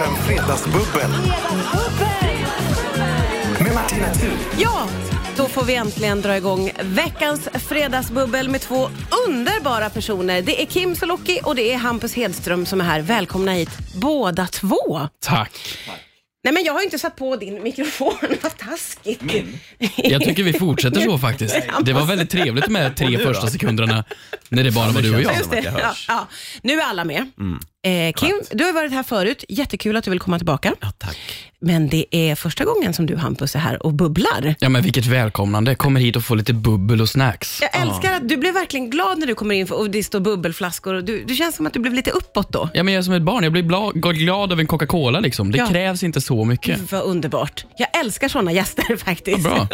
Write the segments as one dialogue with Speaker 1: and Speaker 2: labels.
Speaker 1: Fredagsbubbel med Martina Thun.
Speaker 2: Ja, då får vi äntligen dra igång veckans fredagsbubbel med två underbara personer. Det är Kim Sulocki och det är Hampus Hedström som är här. Välkomna hit båda två.
Speaker 3: Tack.
Speaker 2: Nej men jag har inte satt på din mikrofon, vad taskigt. Min?
Speaker 3: Jag tycker vi fortsätter så faktiskt. Det var väldigt trevligt med tre första sekunderna när det bara var du och jag. Mm.
Speaker 2: Just det. Ja, ja. Nu är alla med. Eh, Kim, du har ju varit här förut. Jättekul att du vill komma tillbaka.
Speaker 3: tack.
Speaker 2: Men det är första gången som du Hampus är här och bubblar.
Speaker 3: Ja, men vilket välkomnande. Kommer hit och får lite bubbel och snacks.
Speaker 2: Jag älskar att du blev verkligen glad när du kommer in för- och det står bubbelflaskor. Och du, du känns som att du blev lite uppåt då.
Speaker 3: Ja, men jag är som ett barn. Jag blir bla- glad över en Coca-Cola. Liksom. Det
Speaker 2: Ja. Mm.
Speaker 3: krävs inte så mycket.
Speaker 2: Gud, Vad underbart. Jag älskar såna gäster faktiskt.
Speaker 3: Bra.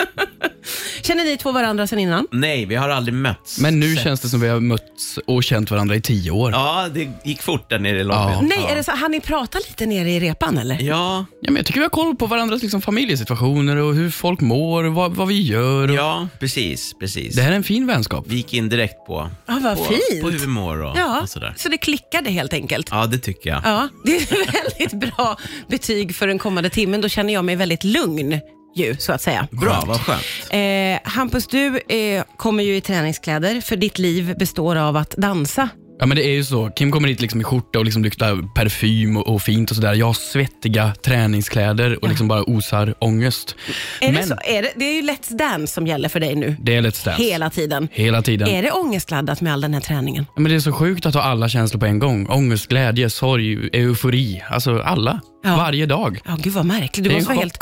Speaker 2: Känner ni två varandra sedan innan?
Speaker 4: Nej, vi har aldrig mötts.
Speaker 3: Men nu
Speaker 4: Sen-
Speaker 3: känns det som vi har mötts och känt varandra i tio år. Ja.
Speaker 4: Ja, det gick fort där nere i lobbyn.
Speaker 3: Ja.
Speaker 4: Ja.
Speaker 2: Nej, är det så? Har ni pratat lite nere i repan eller?
Speaker 4: Ja,
Speaker 3: men jag tycker vi har koll på varandras liksom, familjesituationer och hur folk mår och vad, vad vi gör. Och...
Speaker 4: precis, precis.
Speaker 3: Det här är en fin vänskap.
Speaker 4: Vi gick in direkt på,
Speaker 2: Ja, vad
Speaker 4: på,
Speaker 2: Ah, fint.
Speaker 4: på hur vi mår och,
Speaker 2: Ja,
Speaker 4: och sådär.
Speaker 2: så det klickade helt enkelt.
Speaker 4: Ja, det tycker jag.
Speaker 2: Ja, det är ett väldigt bra betyg för den kommande timmen. Då känner jag mig väldigt lugn ju, så att säga.
Speaker 4: Bra, vad skönt.
Speaker 2: Eh, Hampus, du eh, kommer ju i träningskläder, för ditt liv består av att dansa.
Speaker 3: Ja men det är ju så. Kim kommer hit liksom i skjorta och liksom luktar parfym och, och fint och sådär. Jag har svettiga träningskläder och liksom bara osar ångest.
Speaker 2: Är det,
Speaker 3: men
Speaker 2: så? Är det, det är ju Let's Dance som gäller för dig nu,
Speaker 3: det är Let's Dance.
Speaker 2: hela tiden.
Speaker 3: Hela tiden.
Speaker 2: Är det ångestladdat med all den här träningen?
Speaker 3: Ja, Men det är så sjukt att ha alla känslor på en gång. Ångest, glädje, sorg, eufori. Alltså alla.
Speaker 2: Ja.
Speaker 3: Varje dag.
Speaker 2: Ja, gud vad märkligt. Du
Speaker 3: Det är
Speaker 2: måste
Speaker 3: en
Speaker 2: vara helt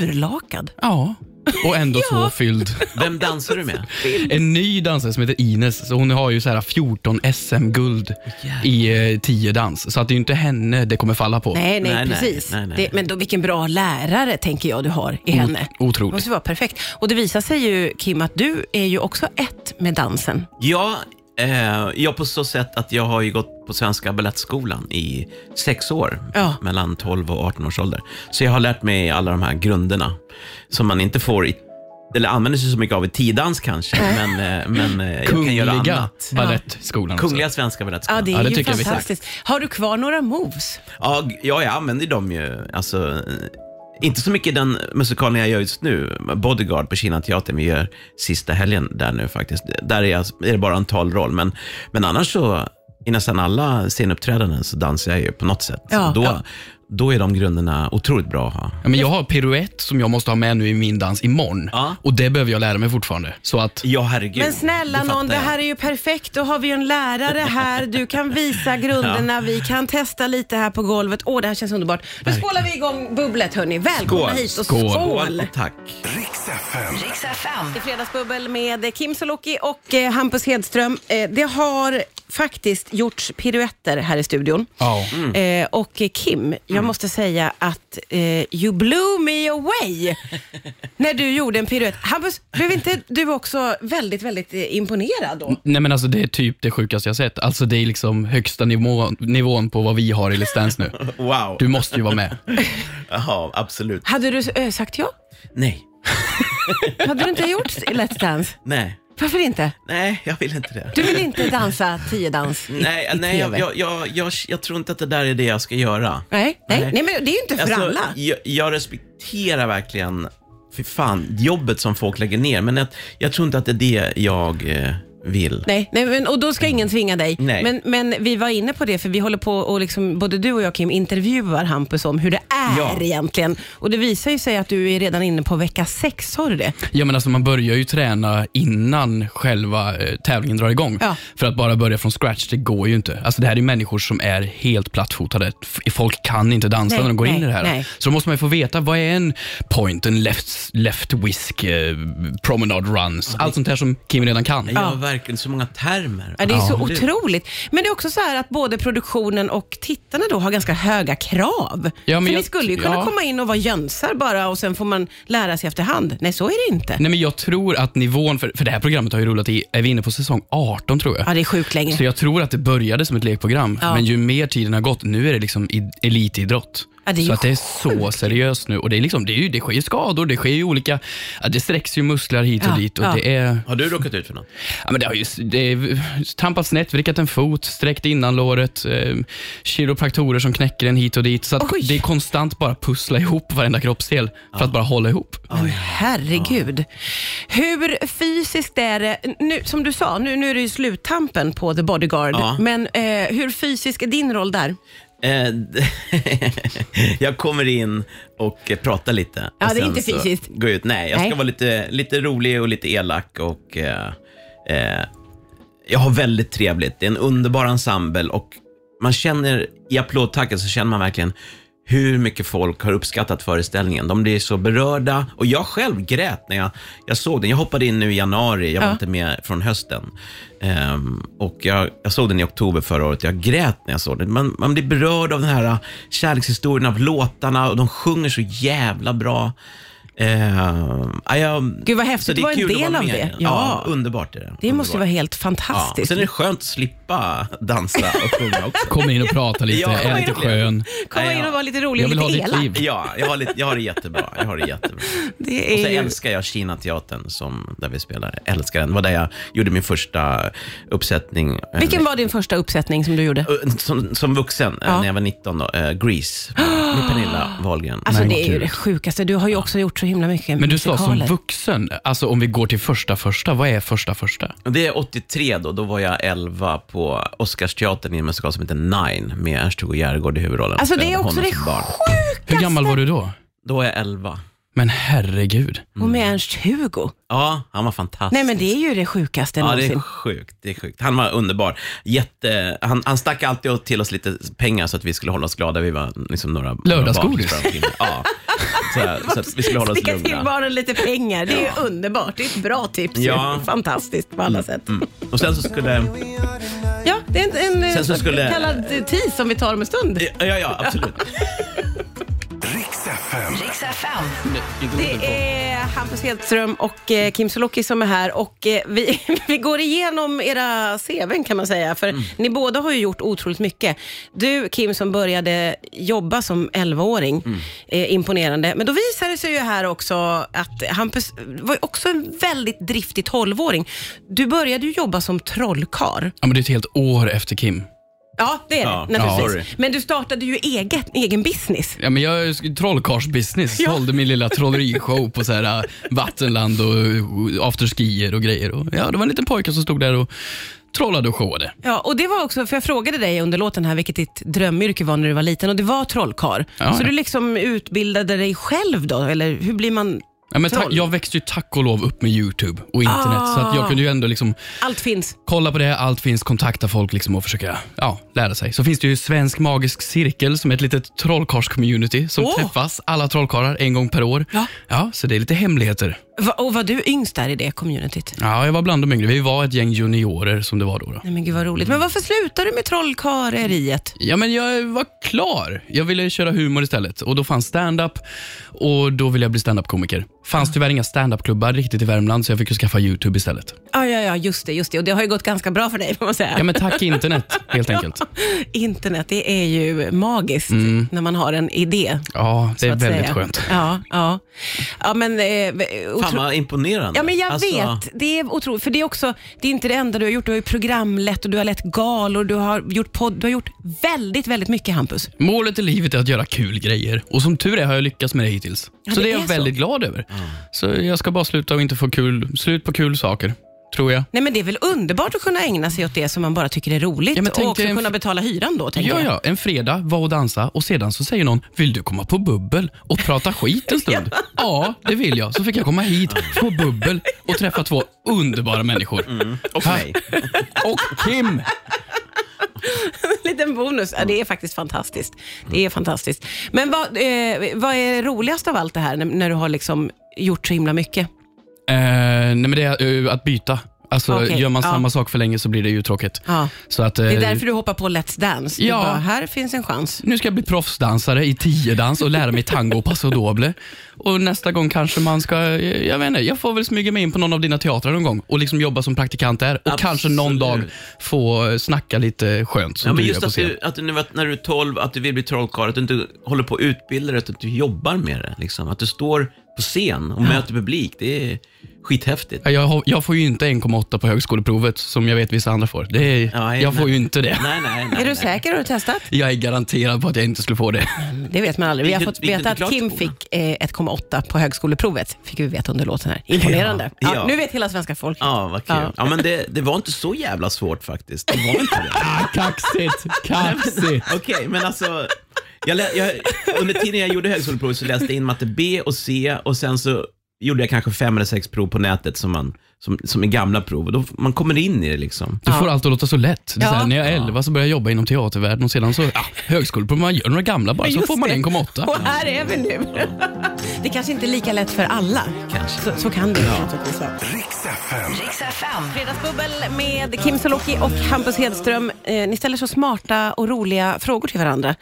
Speaker 2: urlakad.
Speaker 3: Ja. Och ändå så fylld.
Speaker 4: Vem dansar du med?
Speaker 3: En ny dansare som heter Ines, så hon har ju så här 14 SM-guld i eh, 10 dans. Så att det är ju inte henne det kommer falla på.
Speaker 2: Nej, nej,
Speaker 4: Nej, nej,
Speaker 2: precis.
Speaker 4: nej, nej.
Speaker 2: Det, men då, vilken bra lärare tänker jag du har i henne. Det
Speaker 3: Otroligt.
Speaker 2: måste ju vara perfekt. Och det visar sig ju, Kim, att du är ju också ett med dansen.
Speaker 4: Ja, eh, jag på så sätt att jag har ju gått på Svenska Balettskolan i sex år,
Speaker 2: Ja.
Speaker 4: mellan 12 och 18 års ålder. Så jag har lärt mig alla de här grunderna som man inte får i eller använder sig så mycket av i tidans kanske, men, eh, men eh, jag kan göra
Speaker 3: Kungliga
Speaker 4: annat.
Speaker 3: Balettskolan också.
Speaker 4: Kungliga
Speaker 2: Ja,
Speaker 4: Svenska Balettskolan.
Speaker 2: det är
Speaker 3: Ja, det
Speaker 2: ju
Speaker 3: tycker jag vi
Speaker 2: fantastiskt. Har du kvar några moves?
Speaker 4: Ja, g- ja, jag använder dem ju. Alltså, eh, inte så mycket den musikalen jag gör just nu, Bodyguard på Kina Teatern, vi gör sista helgen där nu faktiskt. Där är, jag, är det bara en talroll, men, men annars så i nästan alla scenuppträdanden så dansar jag ju på något sätt.
Speaker 2: Ja,
Speaker 4: så då,
Speaker 2: ja.
Speaker 4: då är de grunderna otroligt bra att ha.
Speaker 3: Ja, men jag har piruett som jag måste ha med nu i min dans imorgon.
Speaker 4: Ja.
Speaker 3: Och det behöver jag lära mig fortfarande. Så att,
Speaker 4: Ja, herregud.
Speaker 2: Men snälla
Speaker 4: det fattar
Speaker 2: någon, det
Speaker 4: jag.
Speaker 2: här är ju perfekt. Då har vi ju en lärare här. Du kan visa grunderna. Vi kan testa lite här på golvet. Åh, det här känns underbart. Nu skålar vi igång bubblet, hörni. Välkomna
Speaker 4: Skål.
Speaker 2: hit och skål.
Speaker 3: Skål.
Speaker 4: Skål och tack.
Speaker 1: Riks FM.
Speaker 2: Det är Fredagsbubbel med Kim Sulocki och eh, Hampus Hedström. Eh, Det har faktiskt gjorts piruetter här i studion.
Speaker 3: ja.
Speaker 4: Mm.
Speaker 2: Eh, och eh, Kim, jag måste säga att eh, you blew me away när du gjorde en piruett. Hampus, blev inte du också väldigt, väldigt eh, imponerad då?
Speaker 3: Nej men alltså det är typ det sjukaste jag sett. Alltså det är liksom högsta nivå, nivån på vad vi har i Let's Dance nu.
Speaker 4: Wow.
Speaker 3: Du måste ju vara med.
Speaker 4: Ja, absolut.
Speaker 2: Hade du eh, sagt ja?
Speaker 4: Nej,
Speaker 2: Hade du inte gjort Let's Dance?
Speaker 4: nej,
Speaker 2: Varför inte?
Speaker 4: nej, jag vill inte det.
Speaker 2: Du vill inte dansa tiodans i,
Speaker 4: Nej,
Speaker 2: i
Speaker 4: nej jag,
Speaker 2: TV?
Speaker 4: jag, jag, jag, jag tror inte att det där är det jag ska göra.
Speaker 2: nej, nej, nej,
Speaker 4: Nej. Alltså,
Speaker 2: men det är ju inte för alla.
Speaker 4: Jag, jag respekterar verkligen, för fan, jobbet som folk lägger ner. Men att, jag tror inte att det är det jag eh, vill.
Speaker 2: Nej, nej men, och då ska ingen tvinga dig.
Speaker 4: Nej.
Speaker 2: Men, men vi var inne på det, för vi håller på och liksom, både du och jag Kim intervjuar Hampus om hur det är
Speaker 4: Ja.
Speaker 2: egentligen. Och det visar ju sig att du är redan inne på vecka sex, har du det?
Speaker 3: Ja men alltså man börjar ju träna innan själva eh, tävlingen drar igång.
Speaker 2: Ja.
Speaker 3: För att bara börja från scratch, det går ju inte. Alltså det här är människor som är helt plattfotade. F- Folk kan inte dansa
Speaker 2: Nej,
Speaker 3: när de går
Speaker 2: nej,
Speaker 3: in i det här.
Speaker 2: nej.
Speaker 3: Så då måste man ju få veta, vad är en point, en left, left whisk, eh, promenade runs, allt sånt här som Kim redan kan.
Speaker 4: Jag har verkligen så många termer.
Speaker 2: Ja, det är så
Speaker 4: Du-
Speaker 2: otroligt. Men det är också så här att både produktionen och tittarna då har ganska höga krav.
Speaker 3: Ja, men
Speaker 2: för ni
Speaker 3: jag-
Speaker 2: skulle ju kunna
Speaker 3: ja.
Speaker 2: komma in och vara jönsar bara och sen får man lära sig efterhand. Nej, så är det inte.
Speaker 3: Nej, men jag tror att nivån, för, för det här programmet har ju rullat i, är vi inne på säsong 18 tror jag.
Speaker 2: Ja, det är sjukt länge.
Speaker 3: Så jag tror att det började som ett lekprogram,
Speaker 2: Ja.
Speaker 3: men ju mer tiden har gått, nu är det liksom i, elitidrott.
Speaker 2: Ja, det är ju
Speaker 3: så att det är så seriöst nu. Och det, är liksom, det, är ju, det sker ju skador, det sker ju olika... Ja, det sträcks ju muskler hit och
Speaker 2: Ja,
Speaker 3: dit. Och
Speaker 2: ja.
Speaker 3: det är...
Speaker 4: Har du råkat ut för något?
Speaker 3: Ja, men det har ju det är tampat snett, vrickat en fot, sträckt innanlåret, eh, kiropraktorer som knäcker en hit och dit. Så att
Speaker 2: Oj.
Speaker 3: det är konstant bara pussla ihop varenda kroppsdel för att bara hålla ihop.
Speaker 2: Men herregud. Hur fysiskt är det, nu, som du sa, nu, nu är det ju sluttampen på The Bodyguard,
Speaker 4: Ja.
Speaker 2: men eh, hur fysisk är din roll där?
Speaker 4: Eh, jag kommer in och eh, pratar lite.
Speaker 2: Ja,
Speaker 4: Och
Speaker 2: det är
Speaker 4: sen
Speaker 2: inte
Speaker 4: så
Speaker 2: fysiskt.
Speaker 4: Går jag ut. Nej, jag ska
Speaker 2: Nej.
Speaker 4: vara lite, lite rolig och lite elak och eh, eh, jag har väldigt trevligt. Det är en underbar ensemble och man känner i applådtacket så känner man verkligen hur mycket folk har uppskattat föreställningen. De blir så berörda och jag själv grät när jag, jag såg den. Jag hoppade in nu i januari, jag var
Speaker 2: Ja.
Speaker 4: inte med från hösten. Ehm, och jag, jag såg den i oktober förra året, jag grät när jag såg den. Man, man blir berörd av den här äh, kärlekshistorien, av låtarna och de sjunger så jävla bra. Ehm, ja, jag,
Speaker 2: Gud, vad häftigt
Speaker 4: så det är
Speaker 2: att vara en
Speaker 4: kul att
Speaker 2: del
Speaker 4: vara
Speaker 2: av
Speaker 4: med
Speaker 2: det.
Speaker 4: i den.
Speaker 2: Ja.
Speaker 4: Ja, underbart är det.
Speaker 2: Det måste ju
Speaker 4: Underbart.
Speaker 2: vara helt
Speaker 4: Ja, och
Speaker 2: fantastiskt.
Speaker 4: sen är det skönt att slippa dansa och sjunga också.
Speaker 3: Kommer in och pratar lite,
Speaker 4: Ja,
Speaker 3: är lite skön.
Speaker 4: verkligen.
Speaker 2: Komma
Speaker 4: Nej,
Speaker 2: in
Speaker 4: ja.
Speaker 2: och vara lite rolig
Speaker 3: Jag
Speaker 2: och
Speaker 3: vill ha
Speaker 2: lite
Speaker 3: ditt
Speaker 2: elak.
Speaker 3: liv.
Speaker 4: Ja, jag har, lite, jag har det jättebra. Jag har det jättebra.
Speaker 2: Det
Speaker 4: Och så
Speaker 2: är ju...
Speaker 4: älskar jag Kinateatern som, där vi spelar. Jag älskar den. Det var där jag gjorde min första uppsättning. eh,
Speaker 2: Vilken var din första uppsättning som du gjorde?
Speaker 4: eh, Som, som vuxen, eh,
Speaker 2: Ja.
Speaker 4: när jag var 19 då, eh, Grease med Pernilla Wahlgren.
Speaker 2: Alltså
Speaker 3: Nej,
Speaker 2: det är ju
Speaker 3: kul.
Speaker 2: det sjukaste. Du har ju också gjort så himla mycket
Speaker 3: Men du sa som
Speaker 2: musikaler.
Speaker 3: vuxen, alltså om vi går till första första, vad är första första?
Speaker 4: Och Det är 83 då, då var jag 11 på Oscarsteatern i en musikal som heter Nine med Ernst-Hugo Järegård i huvudrollen.
Speaker 2: Alltså det är
Speaker 4: Spelade
Speaker 2: också
Speaker 4: honom
Speaker 2: det
Speaker 4: som barn.
Speaker 3: Hur gammal var du då?
Speaker 4: Då är jag 11.
Speaker 3: Men herregud.
Speaker 2: Och med Ernst-Hugo.
Speaker 4: Ja, han var fantastisk.
Speaker 2: Nej men det är ju det sjukaste
Speaker 4: Ja, det
Speaker 2: någonsin.
Speaker 4: är sjukt. Det är sjukt. Han var underbar. Jätte, han, han stack alltid åt till oss lite pengar så att vi skulle hålla oss glada. Vi var liksom några några
Speaker 3: Lördagsgodis.
Speaker 4: barn som sprang omkring. Ja. Så, så att vi skulle hålla oss
Speaker 2: Slicka till
Speaker 4: lugna.
Speaker 2: barnen lite pengar. Det är ju underbart. Det är ett bra tips. ju.
Speaker 4: Ja. Mm.
Speaker 2: Fantastiskt på alla sätt.
Speaker 4: Och sen så skulle...
Speaker 2: Ja, det är en, en
Speaker 4: Sen så
Speaker 2: så
Speaker 4: skulle- Eh,
Speaker 2: kallad eh, tease som vi tar om en stund.
Speaker 4: Ja, ja, absolut.
Speaker 1: Riks FM.
Speaker 2: Det är Hampus Hedström och eh, Kim Sulocki som är här och eh, vi, vi går igenom era CVn kan man säga, för
Speaker 4: Mm.
Speaker 2: ni båda har ju gjort otroligt mycket. Du Kim som började jobba som 11-åring,
Speaker 4: Mm.
Speaker 2: eh, imponerande. Men då visar det sig ju här också att Hampus var ju också en väldigt driftig 12-åring. Du började ju jobba som trollkar.
Speaker 3: Ja, men det är ett helt år efter Kim.
Speaker 2: Ja, det är det
Speaker 4: Ja,
Speaker 2: naturligtvis.
Speaker 4: sorry.
Speaker 2: Men du startade ju eget, egen business.
Speaker 3: Ja, men jag är trollkarlsbusiness.
Speaker 2: Ja.
Speaker 3: Sålde min lilla trollerishow på så här, äh, vattenland och och afterskier och grejer. Och, ja, det var en liten pojke som stod där och trollade och showade.
Speaker 2: Ja, och det var också, för jag frågade dig under låten här vilket ditt drömyrke var när du var liten och det var trollkar.
Speaker 3: Ja,
Speaker 2: så
Speaker 3: ja.
Speaker 2: du liksom utbildade dig själv då, eller hur blir man?
Speaker 3: Ja, men ta-
Speaker 2: Troll. Ah.
Speaker 3: jag växte ju tack och lov upp med YouTube och internet, så att jag kunde ju ändå liksom
Speaker 2: Allt finns.
Speaker 3: kolla på det, allt finns, kontakta folk liksom och försöka ja, lära sig. Så finns det ju Svensk Magisk Cirkel som är ett litet trollkarls-community som
Speaker 2: Åh.
Speaker 3: träffas, alla trollkarlar, en gång per år.
Speaker 2: Ja.
Speaker 3: så det är lite hemligheter.
Speaker 2: Va, och var du yngst där i det communityt?
Speaker 3: Ja, jag var bland de yngre. Vi var ett gäng juniorer som det var då. då.
Speaker 2: Nej men gud vad roligt. Men varför slutade du med trollkarleriet?
Speaker 3: Ja, men jag var klar. Jag ville köra humor istället och då fanns stand-up och då ville jag bli stand-up-komiker. Fanns tyvärr inga stand-up-klubbar riktigt i Värmland så jag fick ju skaffa YouTube istället.
Speaker 2: Ja, ja, ja, just det, just det. Och det har ju gått ganska bra för dig får man säga.
Speaker 3: Ja, men tack internet helt enkelt.
Speaker 2: Internet, det är ju magiskt när man har en idé.
Speaker 3: Ja, det
Speaker 2: så
Speaker 3: är
Speaker 2: att
Speaker 3: väldigt
Speaker 2: säga.
Speaker 3: skönt.
Speaker 2: Ja, ja. ja men... Eh, otro-
Speaker 4: Fan vad imponerande.
Speaker 2: Ja, men jag
Speaker 4: Alltså,
Speaker 2: vet. Det är otroligt. För det är också, det är inte det enda du har gjort. Du har ju programlett och du har lett galor. Du har gjort podd. Du har gjort väldigt, väldigt mycket Hampus.
Speaker 3: Målet i livet är att göra kul grejer och som tur är har jag lyckats med det hittills.
Speaker 2: Ja,
Speaker 3: så
Speaker 2: det
Speaker 3: det är jag
Speaker 2: är så.
Speaker 3: väldigt glad över. Så jag ska bara sluta och inte få kul, slut på kul saker, tror jag.
Speaker 2: Nej men det är väl underbart att kunna ägna sig åt det som man bara tycker är roligt
Speaker 3: Ja, men
Speaker 2: och
Speaker 3: tänk
Speaker 2: också
Speaker 3: dig en-
Speaker 2: kunna betala hyran då. Tänker
Speaker 3: Ja,
Speaker 2: jag.
Speaker 3: ja, en fredag, var och dansa och sedan så säger någon, vill du komma på bubbel och prata skit en stund? ja, det vill jag. Så fick jag komma hit, få bubbel och träffa två underbara människor.
Speaker 2: Mm.
Speaker 4: Och mig.
Speaker 3: Och Kim! Eh,
Speaker 2: En liten bonus. Ja, det är faktiskt fantastiskt. Det är fantastiskt. Men vad, eh, vad är roligast av allt det här när, när du har liksom gjort så himla mycket?
Speaker 3: Eh, nej men det är eh, att byta. Alltså,
Speaker 2: Okej,
Speaker 3: gör man
Speaker 2: ja.
Speaker 3: samma sak för länge så blir det ju tråkigt.
Speaker 2: Ja.
Speaker 3: Så att, eh,
Speaker 2: Det är därför du hoppar på Let's Dance.
Speaker 3: Ja.
Speaker 2: Du bara, här finns en chans.
Speaker 3: nu ska jag bli proffsdansare i tiodans och lära mig tango och paso doble. Och nästa gång kanske man ska, jag, jag vet inte, jag får väl smyga mig in på någon av dina teatrar någon gång och liksom jobba som praktikant där. Och kanske någon dag få snacka lite skönt som
Speaker 4: Ja, men
Speaker 3: du
Speaker 4: just
Speaker 3: gör på
Speaker 4: att
Speaker 3: scen.
Speaker 4: du, att du, nu vet när du är 12, att du vill bli trollkarl, att du inte håller på att utbilda dig, att du jobbar med det. Liksom. Att du står på scen
Speaker 2: Ah.
Speaker 4: och möter publik, det är skithäftigt.
Speaker 3: Ja, Jag, har- jag får ju inte 1,8 på högskoleprovet som jag vet vissa andra får. Det är,
Speaker 4: Ja,
Speaker 3: jag får
Speaker 4: nej.
Speaker 3: ju inte det.
Speaker 4: Nej, nej, nej.
Speaker 2: Är du
Speaker 4: nej.
Speaker 2: säker? Har du testat?
Speaker 3: Jag är garanterad på att jag inte skulle få det.
Speaker 2: Det vet man aldrig. Vi har
Speaker 4: Vilket-
Speaker 2: fått
Speaker 4: vilket
Speaker 2: veta
Speaker 4: är
Speaker 2: att
Speaker 4: klart
Speaker 2: Kim
Speaker 4: på.
Speaker 2: fick eh, 1,8 på högskoleprovet. Fick vi veta under låten här. Imponerande. Ja,
Speaker 4: Ja, ja.
Speaker 2: Nu vet hela svenska folket.
Speaker 4: Ja, vad kul. Ja. men det, det var inte så jävla svårt faktiskt. Det var inte det.
Speaker 3: Ah, kaxigt, kaxigt.
Speaker 4: Okej, men alltså. Jag, lä- jag, under tiden jag gjorde högskoleprovet så läste jag in matte B och C och sen så gjorde jag kanske fem eller sex prov på nätet som, man, som, som är gamla prov. Och då, man kommer in i det liksom.
Speaker 3: Du får allt att låta så lätt. Det är så
Speaker 2: Ja.
Speaker 3: här, när jag är 11 så började jag jobba inom teatervärlden och sedan så, ja, högskoleprovet, man gör några gamla bara, så
Speaker 2: Just
Speaker 3: får man
Speaker 2: det.
Speaker 3: 1,8.
Speaker 2: Och här är vi nu. Det kanske inte är lika lätt för alla.
Speaker 4: Kanske.
Speaker 2: Så, så kan det ju naturligtvis vara.
Speaker 1: Riks FM.
Speaker 2: Fredagsbubbel med Kim Sulocki och Hampus Hedström. Eh, ni ställer så smarta och roliga frågor till varandra.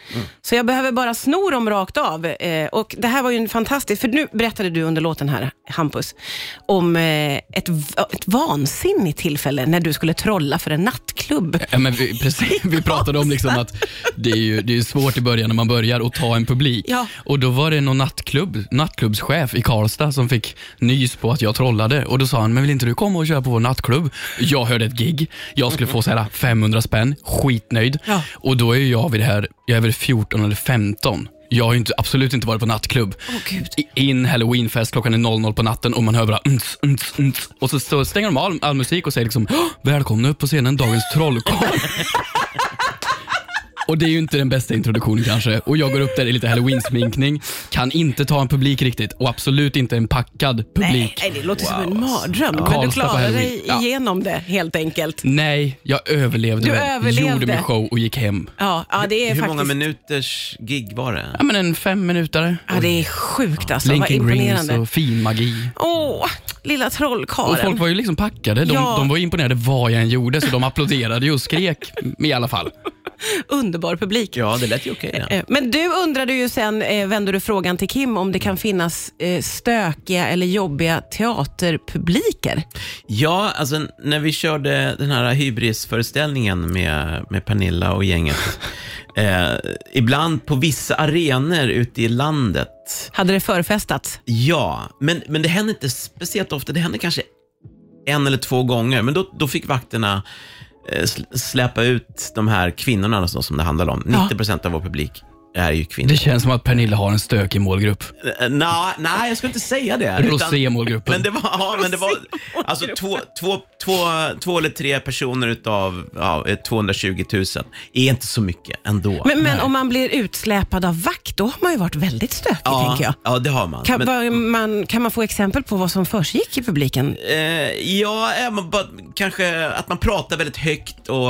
Speaker 2: Så jag behöver bara sno dem rakt av. Eh, och det här var ju en fantastisk, för nu berättade du under låten här, Hampus, om eh, ett, v- ett vansinnigt tillfälle när du skulle trolla för en nattklubb.
Speaker 3: Ja, men vi, precis, vi pratade om liksom att det är, ju, det är ju svårt i början när man börjar att ta en publik.
Speaker 2: Ja.
Speaker 3: Och Då var det någon nattklubb, nattklubbschef i Karlstad som fick nys på att jag trollade. Och Då sa han, men vill inte du komma och köra på vår nattklubb? Jag hörde ett gig, jag skulle få så här 500 spänn, skitnöjd.
Speaker 2: Ja.
Speaker 3: Och Då är jag vid det här, jag är väl 14 eller 15. Jag har ju inte, absolut inte varit på nattklubb.
Speaker 2: Gud.
Speaker 3: I- In halloweenfest, klockan är 00 på natten och man hör bara uns, uns, uns. Och så, så stänger de all, all musik och säger liksom "Åh, “Välkomna upp på scenen, dagens trollkarl”. Och det är ju inte den bästa introduktionen kanske. Och jag går upp där i lite halloween-sminkning. Kan inte ta en publik riktigt och absolut inte en packad publik.
Speaker 2: Nej, det låter som
Speaker 3: alltså.
Speaker 2: en mardröm. Men du
Speaker 3: Karlstad på
Speaker 2: klarade dig
Speaker 3: Halloween. Ja.
Speaker 2: igenom det helt enkelt.
Speaker 3: Nej, jag överlevde.
Speaker 2: Du
Speaker 3: det.
Speaker 2: överlevde.
Speaker 3: Gjorde min show och gick hem.
Speaker 2: Ja, ja det är
Speaker 4: Hur
Speaker 2: faktiskt...
Speaker 4: många minuters gig var det?
Speaker 3: Ja, men en fem minutare.
Speaker 2: Ja, det är sjukt alltså. Vad
Speaker 3: Linking Rings
Speaker 2: imponerande.
Speaker 3: och fin magi.
Speaker 2: Åh, lilla trollkarlen.
Speaker 3: Och folk var ju liksom packade. De,
Speaker 2: Ja.
Speaker 3: de var imponerade vad jag än gjorde, så de applåderade ju och skrek i alla fall.
Speaker 2: Underbar publik.
Speaker 4: Ja, det lät ju okej. det.
Speaker 2: Eh, Men du undrade ju sen, eh, vände du frågan till Kim, om det kan finnas eh, stökiga eller jobbiga teaterpubliker.
Speaker 4: Ja, alltså n- när vi körde den här hybrisföreställningen med, med Pernilla och gänget. eh, ibland på vissa arenor ute i landet.
Speaker 2: Hade det förfestats?
Speaker 4: Ja, men, men det hände inte speciellt ofta. Det hände kanske en eller två gånger. Men då, då fick vakterna eh, sl- släppa ut de här kvinnorna alltså, som det handlar om. 90 procent av vår publik är ju kvinnor.
Speaker 3: Det känns som att Pernilla har en stökig målgrupp.
Speaker 4: Eh, Nej, nej, jag skulle inte säga det. Utan-
Speaker 3: Rosé-målgruppen.
Speaker 4: Men det var, ja, men det var alltså, två, två, två, två eller tre personer utav ja, eh, 220 000 är inte så mycket ändå.
Speaker 2: Men, men om man blir utsläpad av vakt, då har man ju varit väldigt stökig,
Speaker 4: ja,
Speaker 2: tänker jag.
Speaker 4: Ja, det har man.
Speaker 2: Kan,
Speaker 4: men,
Speaker 2: vad man. kan man få exempel på vad som försiggick i publiken?
Speaker 4: eh, ja, eh, man bara, kanske att man pratar väldigt högt och,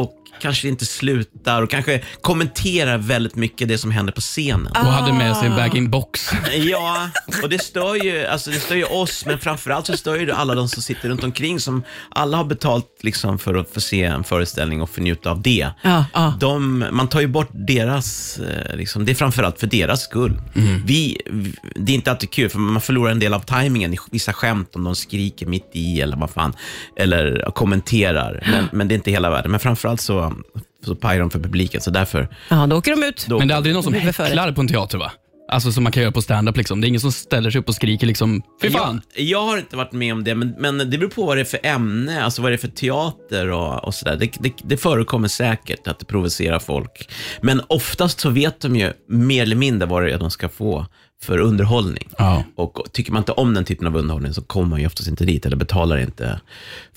Speaker 4: och kanske inte slutar och kanske kommenterar väldigt mycket det som händer på scenen.
Speaker 3: Och hade med sig en bag-in-box.
Speaker 4: Ah. Ja, och det stör ju, alltså det stör ju oss, men framförallt så stör ju det alla de som sitter runt omkring som alla har betalt liksom för att få se en föreställning och få njuta av det.
Speaker 2: Ja, ja.
Speaker 4: De, man tar ju bort deras, eh, liksom, det är framförallt för deras skull. Vi, vi- det är inte alltid kul, för man förlorar en del av tajmingen i vissa skämt om de skriker mitt i eller vad fan, eller kommenterar. Men, men det är inte hela världen. Men framförallt så, så pajar de för publiken, så därför
Speaker 2: Ja, då åker de ut.
Speaker 4: Då-
Speaker 3: Men det är aldrig någon som
Speaker 2: Huvudet före.
Speaker 3: häcklar på en teater va? Alltså som man kan göra på stand-up liksom. Det är ingen som ställer sig upp och skriker liksom, fy fan.
Speaker 4: Jag, jag har inte varit med om det, men, men det beror på vad det är för ämne, alltså vad det är för teater och, och sådär. Det, det, det förekommer säkert att det provocerar folk. Men oftast så vet de ju mer eller mindre vad det är de ska få för underhållning.
Speaker 3: Ja.
Speaker 4: Och och tycker man inte om den typen av underhållning så kommer man ju oftast inte dit eller betalar inte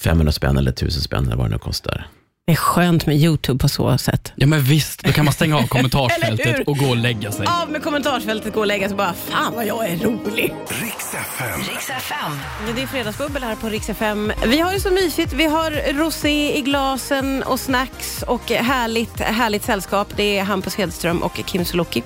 Speaker 4: 500 spänn eller 1000 spänn eller vad det nu kostar.
Speaker 2: Det är skönt med YouTube på så sätt.
Speaker 3: Ja men visst, då kan man stänga av
Speaker 2: Eller hur?
Speaker 3: kommentarsfältet och gå och lägga sig.
Speaker 2: Av med kommentarsfältet, gå och lägga sig och bara, fan vad jag är rolig.
Speaker 1: Riks FM.
Speaker 2: Det är fredagsbubbel här på Rix FM. Vi har det så mysigt. Vi har rosé i glasen och snacks och härligt, härligt sällskap. Det är Hampus Hedström och Kim Sulocki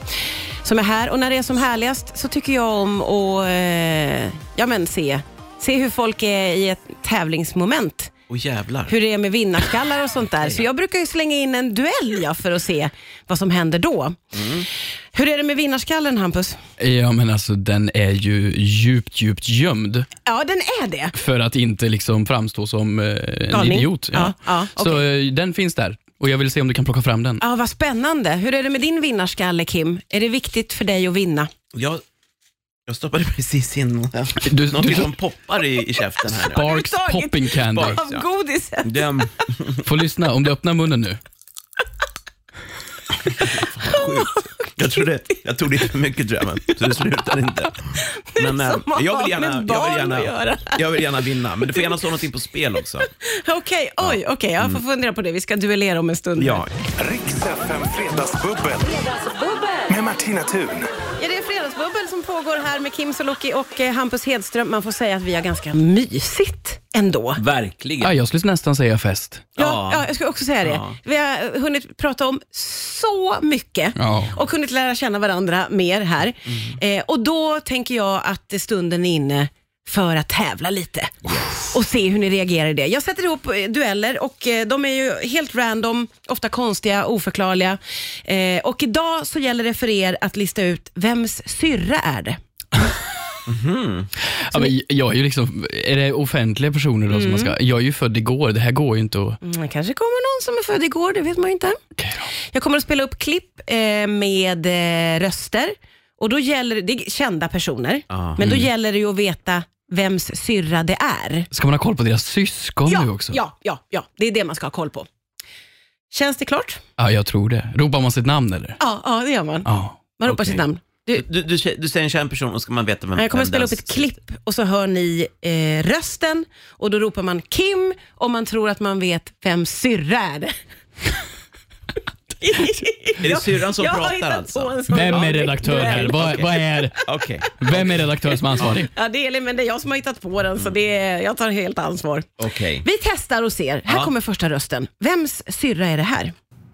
Speaker 2: som är här. Och när det är som härligast så tycker jag om att eh, ja, men se, se hur folk är i ett tävlingsmoment.
Speaker 4: Och jävlar.
Speaker 2: hur det är med vinnarskallar och sånt där. Så jag brukar ju slänga in en duell ja, för att se vad som händer då. Hur är det med vinnarskallen Hampus?
Speaker 3: Ja, men alltså den är ju djupt, djupt gömd
Speaker 2: Ja, den är det.
Speaker 3: för att inte liksom framstå som eh, en
Speaker 2: Galning.
Speaker 3: idiot.
Speaker 2: Ja, ja,
Speaker 3: Så eh, den finns där och jag vill se om du kan plocka fram den.
Speaker 2: Ja, vad spännande. Hur är det med din vinnarskalle Kim? Är det viktigt för dig att vinna?
Speaker 4: Jag, jag stoppade precis in
Speaker 3: Du-
Speaker 4: någonting
Speaker 3: du-
Speaker 4: som poppar i, i käften här. nu.
Speaker 3: Barks
Speaker 2: Har du tagit-
Speaker 3: popping candy.
Speaker 4: Bark.
Speaker 2: Av
Speaker 4: Ja.
Speaker 2: godiset?
Speaker 4: Den
Speaker 3: Få lyssna, om du öppnar munnen nu.
Speaker 4: sjukt. Jag, trodde, jag tog lite för mycket tror jag, men så det slutade inte. Men eh,
Speaker 2: som att
Speaker 4: jag,
Speaker 2: ha
Speaker 4: vill gärna,
Speaker 2: med
Speaker 4: jag,
Speaker 2: barn
Speaker 4: vill
Speaker 2: att
Speaker 4: gärna,
Speaker 2: göra.
Speaker 4: jag vill gärna vinna, men det får gärna stå någonting på spel också.
Speaker 2: Okej, oj, okej. Jag får fundera på det. Vi ska duellera om en stund.
Speaker 4: Mm. Ja,
Speaker 1: Riks FM Fredagsbubbel. Med Martina Thun.
Speaker 2: Ja, det är Fredagsbubbel som pågår här med Kim Sulocki och eh, Hampus Hedström. Man får säga att vi har ganska mysigt ändå.
Speaker 3: Ja,
Speaker 4: verkligen.
Speaker 3: Ah, jag skulle nästan säga fest.
Speaker 2: Ja,
Speaker 4: Ja.
Speaker 2: ja, jag skulle också säga det.
Speaker 4: Ja.
Speaker 2: Vi har hunnit prata om så mycket
Speaker 3: Ja.
Speaker 2: och hunnit lära känna varandra mer här.
Speaker 4: Mm.
Speaker 2: Eh, och då tänker jag att stunden är inne för att tävla lite och se hur ni reagerar i det. Jag sätter ihop eh, dueller och eh, de är ju helt random, ofta konstiga, oförklarliga. Eh, och idag så gäller det för er att lista ut vems syrra är det?
Speaker 3: Ja, men jag är ju liksom, är det offentliga personer då som man ska, jag är ju född igår, det här går ju inte att...
Speaker 2: Mm, Det kanske kommer någon som är född igår, det vet man ju inte.
Speaker 3: Okej då.
Speaker 2: Jag kommer att spela upp klipp eh, med eh, röster. Och då gäller det, det är kända personer,
Speaker 4: Ah.
Speaker 2: men då gäller det ju att veta vems syrra det är.
Speaker 3: Ska man ha koll på deras syskon nu
Speaker 2: Ja,
Speaker 3: också?
Speaker 2: ja, ja, ja, det är det man ska ha koll på. Känns det klart?
Speaker 3: ja, jag tror det. Ropar man sitt namn eller?
Speaker 2: Ja, ja det gör man.
Speaker 3: Ja.
Speaker 2: Man ropar
Speaker 4: Ah, okej.
Speaker 2: sitt namn. Du,
Speaker 4: Du, du, du säger en känd person och ska man veta vem
Speaker 2: jag kommer att
Speaker 4: vem
Speaker 2: spela upp
Speaker 4: den-
Speaker 2: ett klipp och så hör ni eh, rösten och då ropar man Kim om man tror att man vet vem syrra är det.
Speaker 4: Är det syrran som
Speaker 2: Jag har
Speaker 4: pratar
Speaker 2: hittat på
Speaker 4: alltså?
Speaker 2: en sån
Speaker 3: Vem är
Speaker 2: vanlig
Speaker 3: redaktör här?
Speaker 2: duell.
Speaker 3: Vad, vad är,
Speaker 4: Okej,
Speaker 3: vem är redaktör som är ansvarig?
Speaker 2: Ja, det är, men det är jag som har hittat på den, så det är, jag tar helt ansvar.
Speaker 4: Mm. okej.
Speaker 2: Vi testar och ser. Här kommer första rösten. Vems syrra är det här?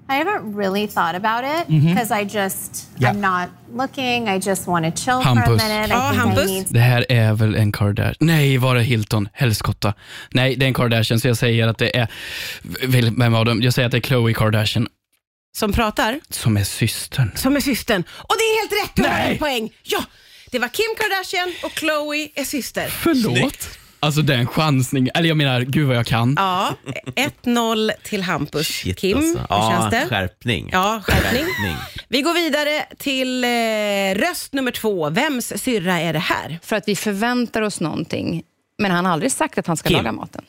Speaker 5: I haven't really thought about it because I just
Speaker 3: Mm-hmm. Yeah.
Speaker 5: I'm not looking. I just want to chill for
Speaker 3: Hampus.
Speaker 5: a minute.
Speaker 2: Oh,
Speaker 5: I think
Speaker 2: Hampus.
Speaker 5: I need
Speaker 3: Det här är väl en Kardashian? Nej, var det Hilton? Helskotta. Nej, det är en Kardashian, så jag säger att det är... Vil- Vem var de? Jag säger att det är Khloe Kardashian,
Speaker 2: Som pratar?
Speaker 3: som är systern.
Speaker 2: Som är systern. Och det är helt rätt! Du har
Speaker 3: Nej!
Speaker 2: en poäng. Ja, det var Kim Kardashian och Khloe är syster.
Speaker 3: Förlåt? Alltså den chansning, eller jag menar, gud vad jag kan.
Speaker 2: Ja, 1-0 till Hampus.
Speaker 4: Shit,
Speaker 2: Kim,
Speaker 4: alltså.
Speaker 2: hur
Speaker 4: Ja,
Speaker 2: känns det?
Speaker 4: Skärpning.
Speaker 2: Ja, skärpning.
Speaker 4: Skärpning.
Speaker 2: Vi går vidare till eh, röst nummer två. Vems syrra är det här?
Speaker 6: för att vi förväntar oss någonting. Men han har aldrig sagt att han ska
Speaker 4: Kim.
Speaker 6: laga maten.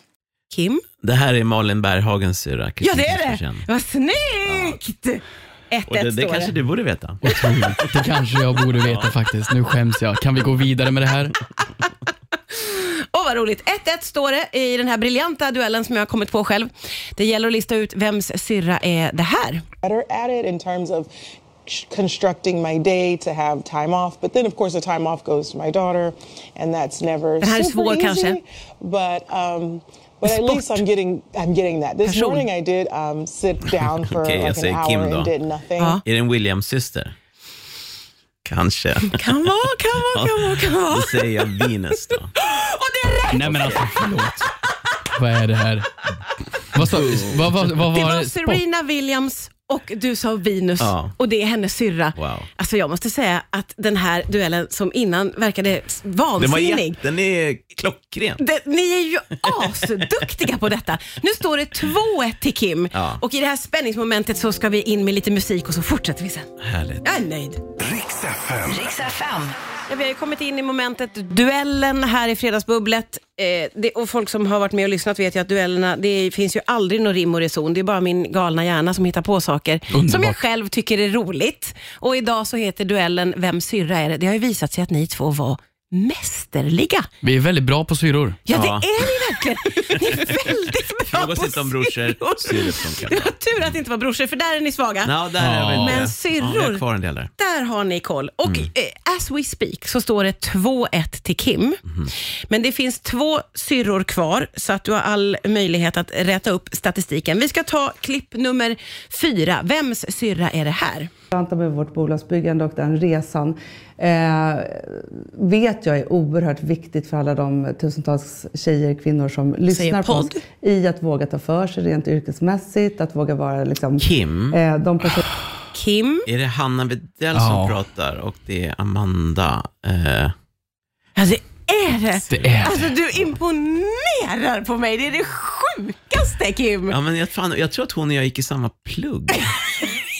Speaker 2: Kim?
Speaker 4: Det här är Malin Berghagens syrra.
Speaker 2: Ja,
Speaker 4: Kristin
Speaker 2: det är det!
Speaker 4: Pettersson.
Speaker 2: Vad snyggt! 1-1
Speaker 4: Och det, det
Speaker 2: står det.
Speaker 4: kanske du borde veta.
Speaker 3: Otroligt. Det kanske jag borde veta faktiskt. Nu skäms jag. Kan vi gå vidare med det här?
Speaker 2: Åh vad roligt. 1-1 står det i den här briljanta duellen som jag har kommit på själv. Det gäller att lista ut vems syrra är det här.
Speaker 7: better at it in terms of sh- constructing my day to have time off. But then, of course, the time off goes to my daughter, and that's never
Speaker 2: Det här är
Speaker 7: super
Speaker 2: svår
Speaker 7: easy.
Speaker 2: kanske.
Speaker 7: But um, but at
Speaker 2: Sport.
Speaker 7: least I'm getting I'm getting that. This
Speaker 2: Person.
Speaker 7: morning I did um, sit down for
Speaker 4: Okay, jag
Speaker 7: like an
Speaker 4: säger
Speaker 7: hour
Speaker 4: Kim då.
Speaker 7: and did nothing.
Speaker 2: Ja.
Speaker 4: Är det en Williams syster? Kanske.
Speaker 2: Kan vara, kan vara, kan vara, kan vara.
Speaker 4: Då säger jag Venus då.
Speaker 2: Och det är rätt!
Speaker 3: Nej men alltså, förlåt. Vad är det här? Vad, sa, vad, vad, vad
Speaker 2: Det
Speaker 3: var
Speaker 2: var
Speaker 3: det? Sport?
Speaker 2: Serena Williams och du sa Venus
Speaker 4: Ja.
Speaker 2: och det är hennes syrra.
Speaker 4: Wow.
Speaker 2: Alltså jag måste säga att den här duellen som innan verkade s-
Speaker 4: Den, var
Speaker 2: vansinnig.
Speaker 4: jätte- den är klockren.
Speaker 2: Det, ni är ju asduktiga på detta. Nu står det 2-1 till Kim
Speaker 4: Ja.
Speaker 2: och i det här spänningsmomentet så ska vi in med lite musik och så fortsätter vi sen.
Speaker 4: Härligt.
Speaker 2: Jag är nöjd.
Speaker 1: Riks FM.
Speaker 2: Ja, vi har ju kommit in i momentet duellen här i Fredagsbubblet. Eh, det, och folk som har varit med och lyssnat vet ju att duellerna, det finns ju aldrig någon rim och reson. Det är bara min galna hjärna som hittar på saker
Speaker 3: Underbart.
Speaker 2: som jag själv tycker är roligt. Och idag så heter duellen Vem syrra är det? Det har ju visat sig att ni två var mästerliga.
Speaker 3: Vi är väldigt bra på syror.
Speaker 2: Ja,
Speaker 4: Ja.
Speaker 2: det är ni verkligen. Ni är väldigt bra
Speaker 4: Något
Speaker 2: på
Speaker 4: inte om brorsor. Syror funkar
Speaker 2: Det
Speaker 4: bra.
Speaker 2: var tur att det inte var brorsor, för där är ni svaga.
Speaker 4: Ja, där är jag väl
Speaker 3: Ja.
Speaker 4: inte.
Speaker 2: Men syrror.
Speaker 4: Ja, jag har kvar en del där. Mm.
Speaker 2: Där har ni koll. Och eh, as we speak så står det 2-1 till Kim.
Speaker 4: Mhm.
Speaker 2: Men det finns två syrror kvar, så att du har all möjlighet att räta upp statistiken. Vi ska ta klipp nummer fyra. Vems syrra är det här?
Speaker 8: bekanta med vårt bolagsbyggande och den resan eh, vet jag är oerhört viktigt för alla de tusentals tjejer och kvinnor som lyssnar på oss
Speaker 2: podd.
Speaker 8: i att våga ta för sig rent yrkesmässigt, att våga vara liksom,
Speaker 2: Mm.
Speaker 4: Kim?
Speaker 8: eh, de personer
Speaker 2: Kim.
Speaker 4: Är det Hanna Widell
Speaker 3: Ja.
Speaker 4: som pratar och det är Amanda? Eh,
Speaker 2: Alltså, är det?
Speaker 3: Det är
Speaker 2: Alltså,
Speaker 3: det.
Speaker 2: du imponerar på mig. Det är det sjukaste, Kim.
Speaker 4: ja, men jag, fan, jag tror att hon och jag gick i samma plugg.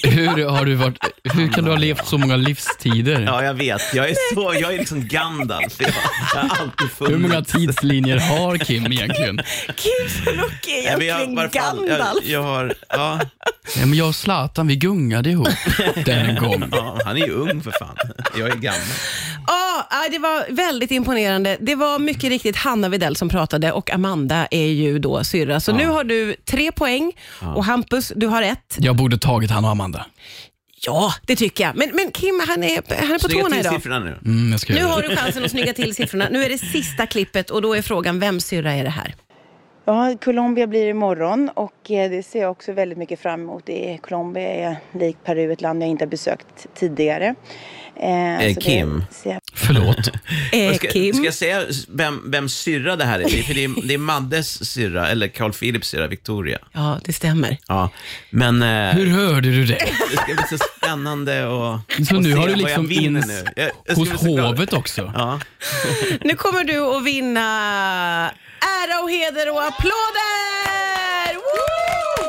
Speaker 3: Hur, har du varit, hur kan du ha levt så många livstider?
Speaker 4: Ja, jag vet. Jag är, så, jag är liksom Gandalf. Jag, jag har alltid funnits.
Speaker 3: Hur många tidslinjer har Kim egentligen?
Speaker 2: Kim Sulocki är
Speaker 4: Nej, men jag-
Speaker 2: egentligen
Speaker 4: vad fan,
Speaker 2: Gandalf.
Speaker 4: Jag, jag har, ja,
Speaker 3: Nej, men jag och Zlatan, vi gungade ihop den gången.
Speaker 4: ja, han är ju ung för fan. Jag är gammal.
Speaker 2: Ja, ah, det var väldigt imponerande. Det var mycket riktigt Hanna Widell som pratade och Amanda är ju då syrra. Så nu har du tre poäng och Hampus, du har ett.
Speaker 3: Jag borde tagit han och Amanda.
Speaker 2: Ja, det tycker jag. Men, men Kim, han är, han är på
Speaker 4: Snygga
Speaker 2: tårna
Speaker 4: till
Speaker 2: idag.
Speaker 4: siffrorna nu.
Speaker 3: Mm, jag ska
Speaker 2: Nu
Speaker 3: göra det.
Speaker 2: har du chansen att snygga till siffrorna. Nu är det sista klippet och då är frågan, vem syrra är det här?
Speaker 9: Ja, Colombia blir imorgon och eh, det ser jag också väldigt mycket fram emot. Det är, Colombia är lik Peru ett land jag inte har besökt tidigare. Eh, så det
Speaker 4: Kim.
Speaker 9: ser jag
Speaker 3: Förlåt.
Speaker 2: Alltså, Eh,
Speaker 4: Ska,
Speaker 2: Kim.
Speaker 4: ska jag säga vem, vem syrra det här är? För det är, det är Maddes syrra, eller Carl Philips syrra, Victoria.
Speaker 2: Ja, det stämmer.
Speaker 4: Ja, men eh,
Speaker 3: Hur hörde du det?
Speaker 4: det ska bli så spännande och,
Speaker 3: Så
Speaker 4: och
Speaker 3: nu
Speaker 4: se
Speaker 3: har du
Speaker 4: vad jag
Speaker 3: liksom
Speaker 4: vinner
Speaker 3: ins
Speaker 4: nu. Jag- jag ska
Speaker 3: hos
Speaker 4: bli så glad.
Speaker 3: hovet också.
Speaker 4: Ja.
Speaker 2: Nu kommer du att vinna ära och heder och applåder! Woo!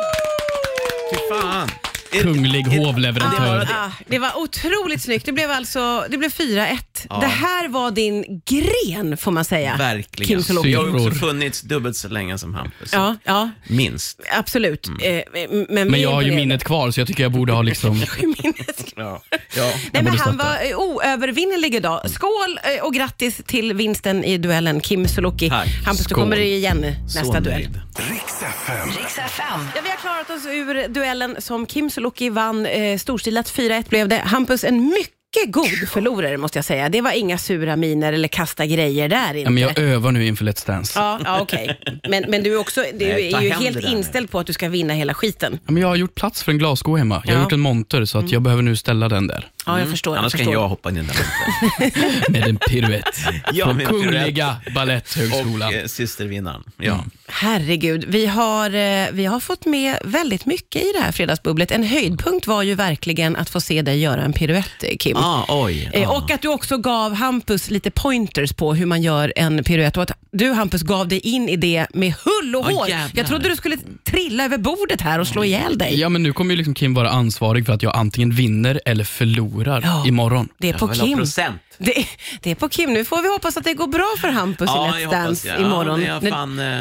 Speaker 4: Fy fan. Är-
Speaker 3: Kunglig
Speaker 4: är-
Speaker 3: hovleverantör.
Speaker 4: det.
Speaker 2: Ah, det var otroligt snyggt. Det blev alltså det blev 4-1. Det här var din gren får man säga.
Speaker 4: Verkligen.
Speaker 2: Kim Solon.
Speaker 4: jag har ju också
Speaker 3: Syrror.
Speaker 4: funnits dubbelt så länge som Hampus.
Speaker 2: Ja, ja,
Speaker 4: Minst.
Speaker 2: absolut.
Speaker 4: Mm.
Speaker 2: Eh, men- men
Speaker 3: Men jag har ju
Speaker 2: imponerad.
Speaker 3: minnet kvar så jag tycker jag borde ha liksom...
Speaker 2: Minnet.
Speaker 4: Ja. Ja.
Speaker 2: Nej, men
Speaker 3: borde
Speaker 2: han
Speaker 3: fatta.
Speaker 2: var eh, oövervinnerlig
Speaker 4: Mm.
Speaker 2: idag. Skål eh, och grattis till vinsten i duellen, Kim Sulocki.
Speaker 4: Tack.
Speaker 2: Hampus, du
Speaker 3: Skål.
Speaker 2: kommer igen nästa
Speaker 4: Så
Speaker 2: duell.
Speaker 4: nöjd.
Speaker 1: Riks FM.
Speaker 10: Riks FM.
Speaker 2: Ja, vi har klarat oss ur duellen som Kim Sulocki vann. Eh, storstilat 4-1 blev det. Hampus, en mycket god förlorare måste jag säga. Det var inga sura miner eller kasta grejer där inte.
Speaker 3: Ja, men jag övar nu inför Let's Dance.
Speaker 2: Ja, ja okej. Men, men du är, också, du
Speaker 4: Nej, ta
Speaker 2: är ju
Speaker 4: hem
Speaker 2: helt
Speaker 4: det där nu.
Speaker 2: inställd på att du ska vinna hela skiten.
Speaker 3: Ja, men jag har gjort plats för en glassko hemma. Jag har
Speaker 2: Ja.
Speaker 3: gjort en monter
Speaker 4: Mm.
Speaker 3: så att jag behöver nu ställa den där.
Speaker 2: Ja, jag förstår.
Speaker 4: Annars
Speaker 2: jag
Speaker 4: kan
Speaker 2: förstår.
Speaker 4: jag hoppa ner där borta.
Speaker 3: Med en piruett.
Speaker 4: Ja,
Speaker 3: Från
Speaker 4: med en piruett.
Speaker 3: Kungliga
Speaker 4: Och
Speaker 3: Baletthögskolan.
Speaker 4: eh, systervinnaren. Ja.
Speaker 3: Mm.
Speaker 2: Herregud, vi har, eh, vi har fått med väldigt mycket i det här fredagsbubblet. En höjdpunkt var ju verkligen att få se dig göra en piruett, eh, Kim.
Speaker 4: Ah, oj.
Speaker 2: Eh,
Speaker 4: Ah.
Speaker 2: Och att du också gav Hampus lite pointers på hur man gör en piruett och att du Hampus gav dig in i det med hull och
Speaker 4: Ja,
Speaker 2: hår.
Speaker 4: Ah, jävlar.
Speaker 2: jag trodde du skulle trilla över bordet här och slå ihjäl dig.
Speaker 3: Ja, men nu kommer ju liksom Kim vara ansvarig för att jag antingen vinner eller förlorar
Speaker 2: Ja.
Speaker 3: imorgon.
Speaker 2: Det är
Speaker 4: Jag
Speaker 2: på
Speaker 4: vill ha
Speaker 2: Kim.
Speaker 4: procent.
Speaker 2: Det, det är på Kim. Nu får vi hoppas att det går bra för Hampus i Let's Dance imorgon.
Speaker 4: Ja, det är fan, eh, ja,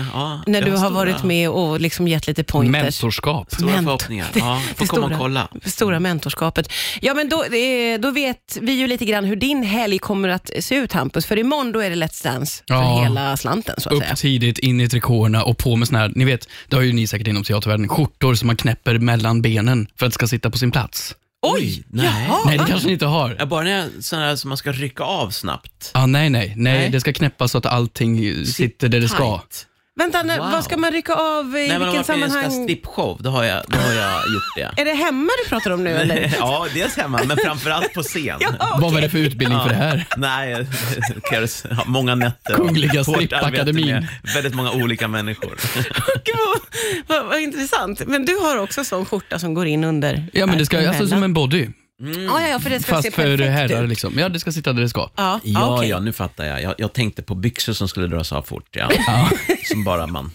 Speaker 2: när när
Speaker 4: jag
Speaker 2: du har
Speaker 4: stora-
Speaker 2: varit med och liksom gett lite pointers.
Speaker 3: Mentorskap.
Speaker 4: Stora
Speaker 2: Mentor-
Speaker 4: förhoppningar. Ja,
Speaker 2: det
Speaker 4: får komma och
Speaker 2: stora-
Speaker 4: kolla.
Speaker 2: stora mentorskapet. Ja, men då, eh, då vet vi ju lite grann hur din helg kommer att se ut Hampus, för imorgon då är det Let's Dance för
Speaker 3: Ja.
Speaker 2: hela slanten så att säga.
Speaker 3: Upp tidigt, in i trikåerna och på med såna här, ni vet, det har ju ni säkert inom teatervärlden, skjortor som man knäpper mellan benen för att det ska sitta på sin plats.
Speaker 2: Oj!
Speaker 4: nej.
Speaker 2: Jaha!
Speaker 3: nej, det
Speaker 2: va?
Speaker 3: kanske ni inte har.
Speaker 4: Ja, bara när jag, sådana här som man ska rycka av snabbt.
Speaker 3: Ah, nej, nej, nej,
Speaker 4: Nej.
Speaker 3: det ska knäppas så att allting eh, sitter där det ska.
Speaker 4: Tight.
Speaker 2: Vänta, när,
Speaker 4: Wow.
Speaker 2: vad ska man rycka av? eh, I
Speaker 4: Nej, men
Speaker 2: vilken
Speaker 4: om man sammanhang... en sån här
Speaker 2: sammanhang?
Speaker 4: strippshow, då har jag, då har jag gjort det.
Speaker 2: Är det hemma du pratar om nu eller?
Speaker 4: ja, dels hemma, men framförallt på scen.
Speaker 2: Ja,
Speaker 3: Vad var det för utbildning för det här?
Speaker 4: Nej, Karis, ja, många nätter. och
Speaker 3: Kungliga
Speaker 4: hårt arbete
Speaker 3: strippakademin.
Speaker 4: med Väldigt många olika människor.
Speaker 2: Gud, vad, vad, vad intressant. Men du har också sån skjorta som går in under
Speaker 3: Ja, men det ska,
Speaker 2: här,
Speaker 3: alltså som
Speaker 2: emellan.
Speaker 3: en body,
Speaker 2: Ja, ja, ja, för det ska se
Speaker 3: fast för
Speaker 2: perfekt
Speaker 3: herrar
Speaker 2: ut.
Speaker 3: liksom. Ja, det ska sitta där det ska.
Speaker 2: Ja,
Speaker 4: Ja,
Speaker 2: ah, okej.
Speaker 4: ja, nu fattar jag. jag. Jag tänkte på byxor som skulle dras av fort. Ja. Som bara man.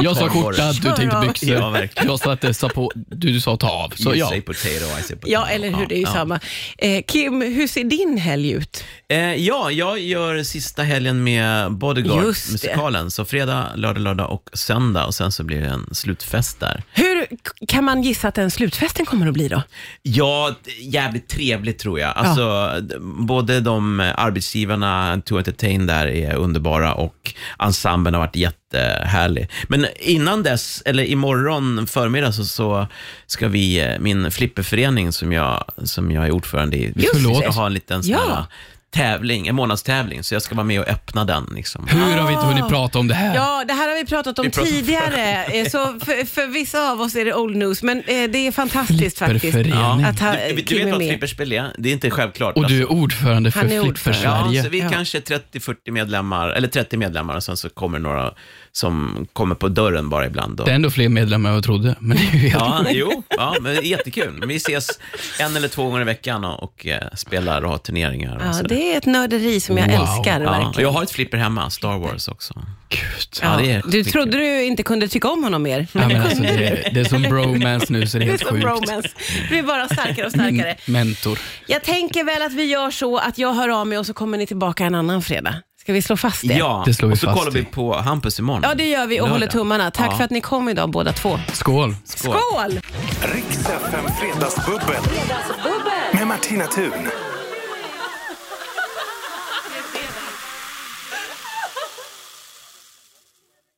Speaker 3: Jag sa
Speaker 4: Kör
Speaker 3: skjorta,
Speaker 4: av.
Speaker 3: du tänkte byxor.
Speaker 4: Ja, verkligen.
Speaker 3: jag sa att det sa på, du, du sa ta av. Så
Speaker 4: you
Speaker 3: ja.
Speaker 4: say potato, I say potato.
Speaker 2: Ja, eller hur. Det är ju
Speaker 4: ja.
Speaker 2: samma. Eh, Kim, hur ser din helg ut?
Speaker 4: Eh, ja, jag gör sista helgen med
Speaker 2: Just det.
Speaker 4: Bodyguard-musikalen. Så fredag, lördag, lördag och söndag. Och sen så blir det en slutfest där.
Speaker 2: Hur k- kan man gissa att den slutfesten kommer att bli då?
Speaker 4: Ja, d- jävligt trevligt tror jag. Alltså, d- Både de eh, arbetsgivarna, To Entertain där, är underbara och ensemblen har varit jättehärlig. Men innan dess, eller imorgon förmiddag, så, så ska vi, eh, min flipperförening som jag, som jag är ordförande i, vi
Speaker 2: Just
Speaker 4: ska
Speaker 2: det.
Speaker 4: ha en liten sån
Speaker 2: Ja.
Speaker 4: här tävling, en månadstävling, så jag ska vara med och öppna den. Liksom.
Speaker 3: Hur har vi inte hunnit prata om det här?
Speaker 2: Ja, det här har vi pratat om
Speaker 4: Vi pratar-
Speaker 2: tidigare, eh, så för, för vissa av oss är det old news, men eh, det är fantastiskt faktiskt.
Speaker 3: Flipperförening.
Speaker 2: Att ha,
Speaker 4: Du, du
Speaker 2: Kim
Speaker 4: vet
Speaker 2: är
Speaker 4: vad
Speaker 2: med.
Speaker 4: flipperspel är? Det är inte självklart.
Speaker 3: Och du
Speaker 4: alltså.
Speaker 3: är ordförande för
Speaker 2: Han är
Speaker 4: Ja,
Speaker 2: ordförande.
Speaker 3: Flipper-Sverige.
Speaker 4: så vi
Speaker 2: Ja.
Speaker 4: är kanske 30-40 medlemmar, eller 30 medlemmar och sen så kommer några som kommer på dörren bara ibland. Då.
Speaker 3: Det är ändå fler medlemmar än jag trodde. Men det är ju helt...
Speaker 4: Ja, jo, ja, men det är jättekul. Men Vi ses en eller två gånger i veckan och, och eh, spelar och har turneringar. Och
Speaker 2: Ja,
Speaker 4: sådär.
Speaker 2: det är ett nörderi som jag
Speaker 3: Wow.
Speaker 2: älskar
Speaker 4: ja, och
Speaker 2: verkligen.
Speaker 4: jag har ett flipper hemma, Star Wars också.
Speaker 3: Gud.
Speaker 4: Ja, det är
Speaker 2: du
Speaker 4: skitkul.
Speaker 2: trodde du inte kunde tycka om honom mer.
Speaker 3: Ja, men alltså, det, är, det är som bromance nu så det är helt
Speaker 2: Det är som
Speaker 3: sjukt. Mm.
Speaker 2: romance. Det blir bara starkare och starkare.
Speaker 3: Mentor.
Speaker 2: Jag tänker väl att vi gör så att jag hör av mig och så kommer ni tillbaka en annan fredag. Ska vi slå fast det?
Speaker 4: Ja,
Speaker 3: Det slår vi
Speaker 4: och så
Speaker 3: fast
Speaker 4: kollar vi
Speaker 3: i.
Speaker 4: på Hampus imorgon.
Speaker 2: Ja, det gör vi och
Speaker 4: Lördag.
Speaker 2: håller tummarna. Tack
Speaker 4: Ja.
Speaker 2: för att ni kom idag båda två.
Speaker 3: Skål.
Speaker 2: Skål!
Speaker 1: Riks FM Fredagsbubbel. Med Martina Thun.